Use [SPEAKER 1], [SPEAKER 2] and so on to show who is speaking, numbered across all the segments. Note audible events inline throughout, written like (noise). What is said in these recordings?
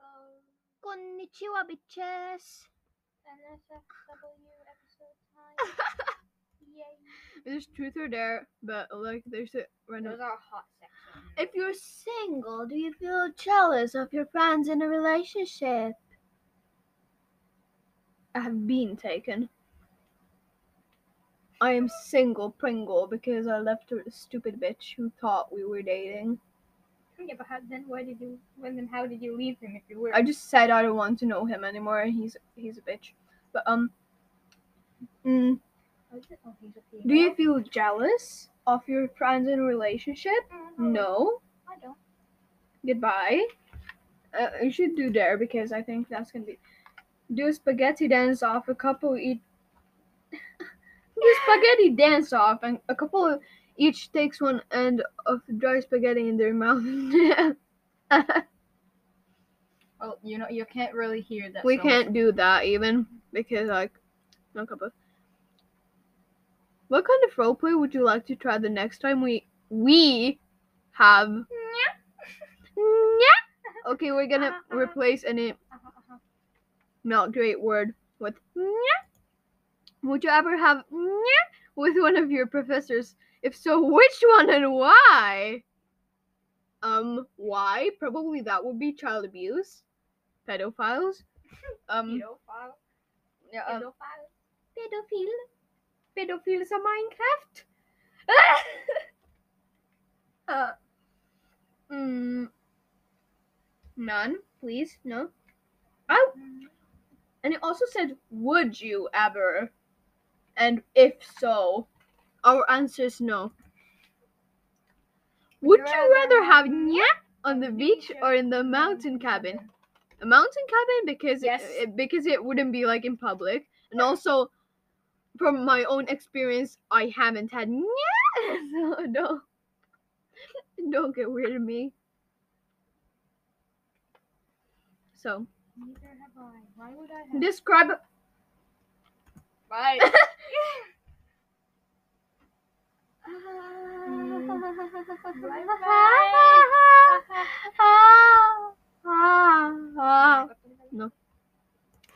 [SPEAKER 1] Um,
[SPEAKER 2] Konnichiwa, bitches.
[SPEAKER 1] NSFW episode
[SPEAKER 3] (laughs)
[SPEAKER 1] time. Yay.
[SPEAKER 3] There's truth or dare, but like there's a
[SPEAKER 1] Those
[SPEAKER 3] random.
[SPEAKER 1] are hot section.
[SPEAKER 2] If you're single, do you feel jealous of your friends in a relationship?
[SPEAKER 3] I have been taken. I am single Pringle because I left a stupid bitch who thought we were dating.
[SPEAKER 1] Yeah, but how, then why did you? When then how did you leave him if you were?
[SPEAKER 3] I just said I don't want to know him anymore, and he's he's a bitch. But um, mm,
[SPEAKER 1] Oh, is it- oh, he's a
[SPEAKER 3] do you
[SPEAKER 1] female.
[SPEAKER 3] feel jealous of your friends in a relationship?
[SPEAKER 2] Oh.
[SPEAKER 1] Mm,
[SPEAKER 3] No.
[SPEAKER 1] I don't.
[SPEAKER 3] Goodbye. Uh, you should do dare because I think that's gonna be do a spaghetti dance off. A couple eat (laughs) do spaghetti dance off, and a couple each takes one end of dry spaghetti in their (laughs) mouth.
[SPEAKER 1] Well, Oh, you know you can't really hear that.
[SPEAKER 3] we
[SPEAKER 1] so
[SPEAKER 3] can't do that even because like no couple. What kind of role play would you like to try the next time we we have? Yeah. Okay, we're gonna
[SPEAKER 1] Uh-huh.
[SPEAKER 3] replace any
[SPEAKER 1] much. Uh-huh, uh-huh.
[SPEAKER 3] not great word with "Nyeh." Would you ever have "Nyeh" with one of your professors? If so, which one and why? Um, why? Probably that would be child abuse, pedophiles. Um,
[SPEAKER 1] Pedophile.
[SPEAKER 3] yeah, um,
[SPEAKER 1] Pedophile.
[SPEAKER 2] Pedophile.
[SPEAKER 3] pedophiles are Minecraft. (laughs) uh, mm, none, please, no. I
[SPEAKER 1] Mm,
[SPEAKER 3] And it also said, Would you ever? And if so, our answer is no. Would you rather, have nya on the beach or in the mountain cabin? A mountain cabin because
[SPEAKER 1] Yes.
[SPEAKER 3] it, it- because it wouldn't be like in public. And also, from my own experience, I haven't had nya, (laughs) so don't don't get weird at me. So
[SPEAKER 1] Neither have I. Why would I have?
[SPEAKER 3] describe (laughs)
[SPEAKER 1] (laughs) Right. Oh.
[SPEAKER 3] No.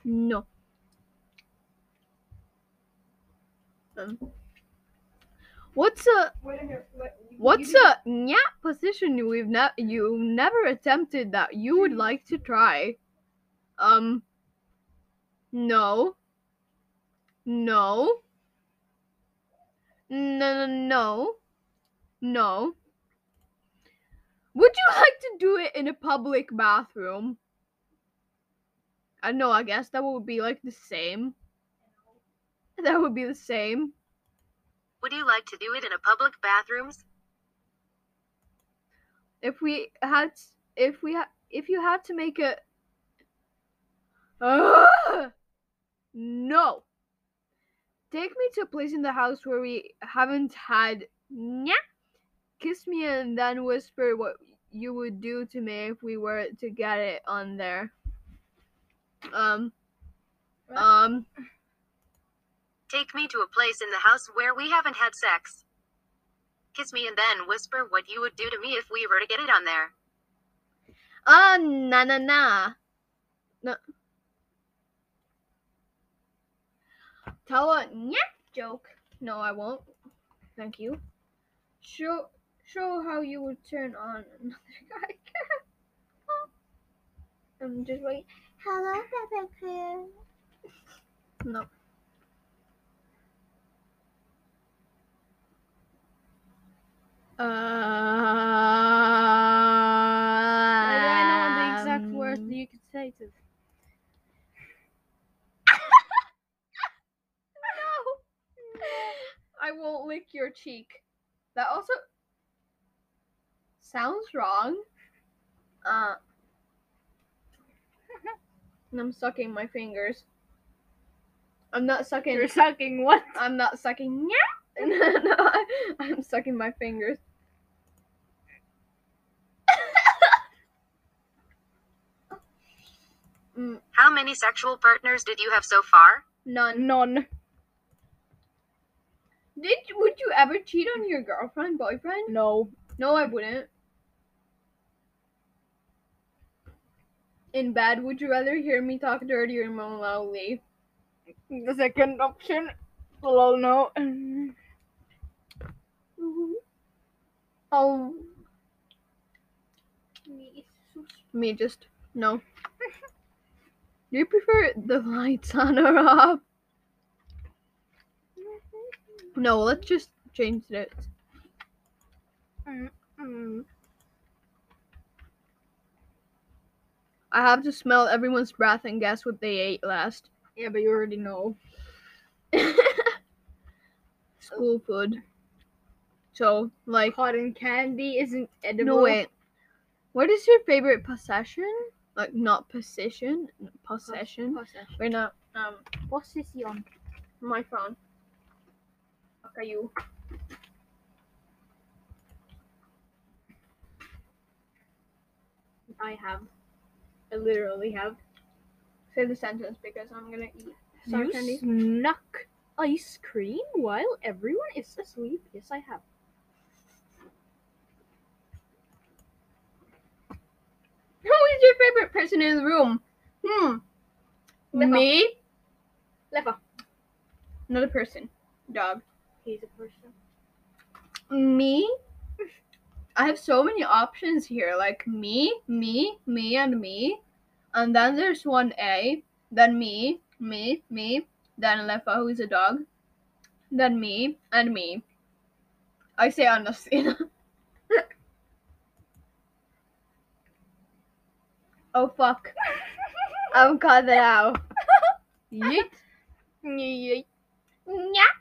[SPEAKER 3] No. Um, what's a what's a nya position we've ne- you never attempted that you would like to try? Um. No. No. No. No. No. no. Would you like to do it in a public bathroom? I know, I guess that would be like the same. That would be the same.
[SPEAKER 4] Would you like to do it in a public bathrooms?
[SPEAKER 3] If we had, if we had, if you had to make a. (laughs) Ugh! no! Take me to a place in the house where we haven't had. Nyah! Kiss me and then whisper what you would do to me if we were to get it on there. Um.
[SPEAKER 1] What?
[SPEAKER 3] Um.
[SPEAKER 4] Take me to a place in the house where we haven't had sex. Kiss me and then whisper what you would do to me if we were to get it on there.
[SPEAKER 3] Ah, na na na. No. Tell a nyeh joke. No, I won't. Thank you. Show show how you would turn on another (laughs) guy. I'm just wait.
[SPEAKER 2] Hello, Peppa Pig.
[SPEAKER 3] No.
[SPEAKER 1] I
[SPEAKER 2] Um,
[SPEAKER 3] I
[SPEAKER 1] don't know the exact words that you could say
[SPEAKER 2] (laughs)
[SPEAKER 1] to.
[SPEAKER 3] No. I won't lick your cheek. That also sounds wrong. Uh, and I'm sucking my fingers. I'm not sucking.
[SPEAKER 1] You're sucking what?
[SPEAKER 3] I'm not sucking. Yeah. (laughs) no, I- I'm sucking my fingers.
[SPEAKER 4] How many sexual partners did you have so far?
[SPEAKER 3] None.
[SPEAKER 1] None.
[SPEAKER 3] Did would you ever cheat on your girlfriend, boyfriend?
[SPEAKER 1] No.
[SPEAKER 3] No, I wouldn't. in bed, would you rather hear me talk dirty or moan loudly?
[SPEAKER 1] The second option. Lol, no.
[SPEAKER 3] Oh,
[SPEAKER 1] Me.
[SPEAKER 3] me just no. Do you prefer the lights on or off? No, let's just change it.
[SPEAKER 1] Mm.
[SPEAKER 3] I have to smell everyone's breath and guess what they ate last.
[SPEAKER 1] Yeah, but you already know.
[SPEAKER 3] School food. So, like,
[SPEAKER 1] Cotton candy isn't edible.
[SPEAKER 3] no wait. What is your favorite possession? Like, not position, possession.
[SPEAKER 1] Possession.
[SPEAKER 3] Wait, no, um,
[SPEAKER 1] Possession.
[SPEAKER 3] my phone.
[SPEAKER 1] Okay, you. I have. I literally have.
[SPEAKER 3] Say the sentence because I'm gonna eat. sour
[SPEAKER 1] You
[SPEAKER 3] candy.
[SPEAKER 1] snuck ice cream while everyone is asleep. Yes, I have.
[SPEAKER 3] Who is your favorite person in the room? Hmm.
[SPEAKER 1] Lefa.
[SPEAKER 3] Me?
[SPEAKER 1] Lefa.
[SPEAKER 3] Another person. Dog.
[SPEAKER 1] He's a person.
[SPEAKER 3] Me? I have so many options here like me, me, me, and me. And then there's one A, then me, me, me, then Lefa, who is a dog, then me, and me. I say honestly. (laughs) oh fuck. I've got that out. Yeet.
[SPEAKER 1] Yeah.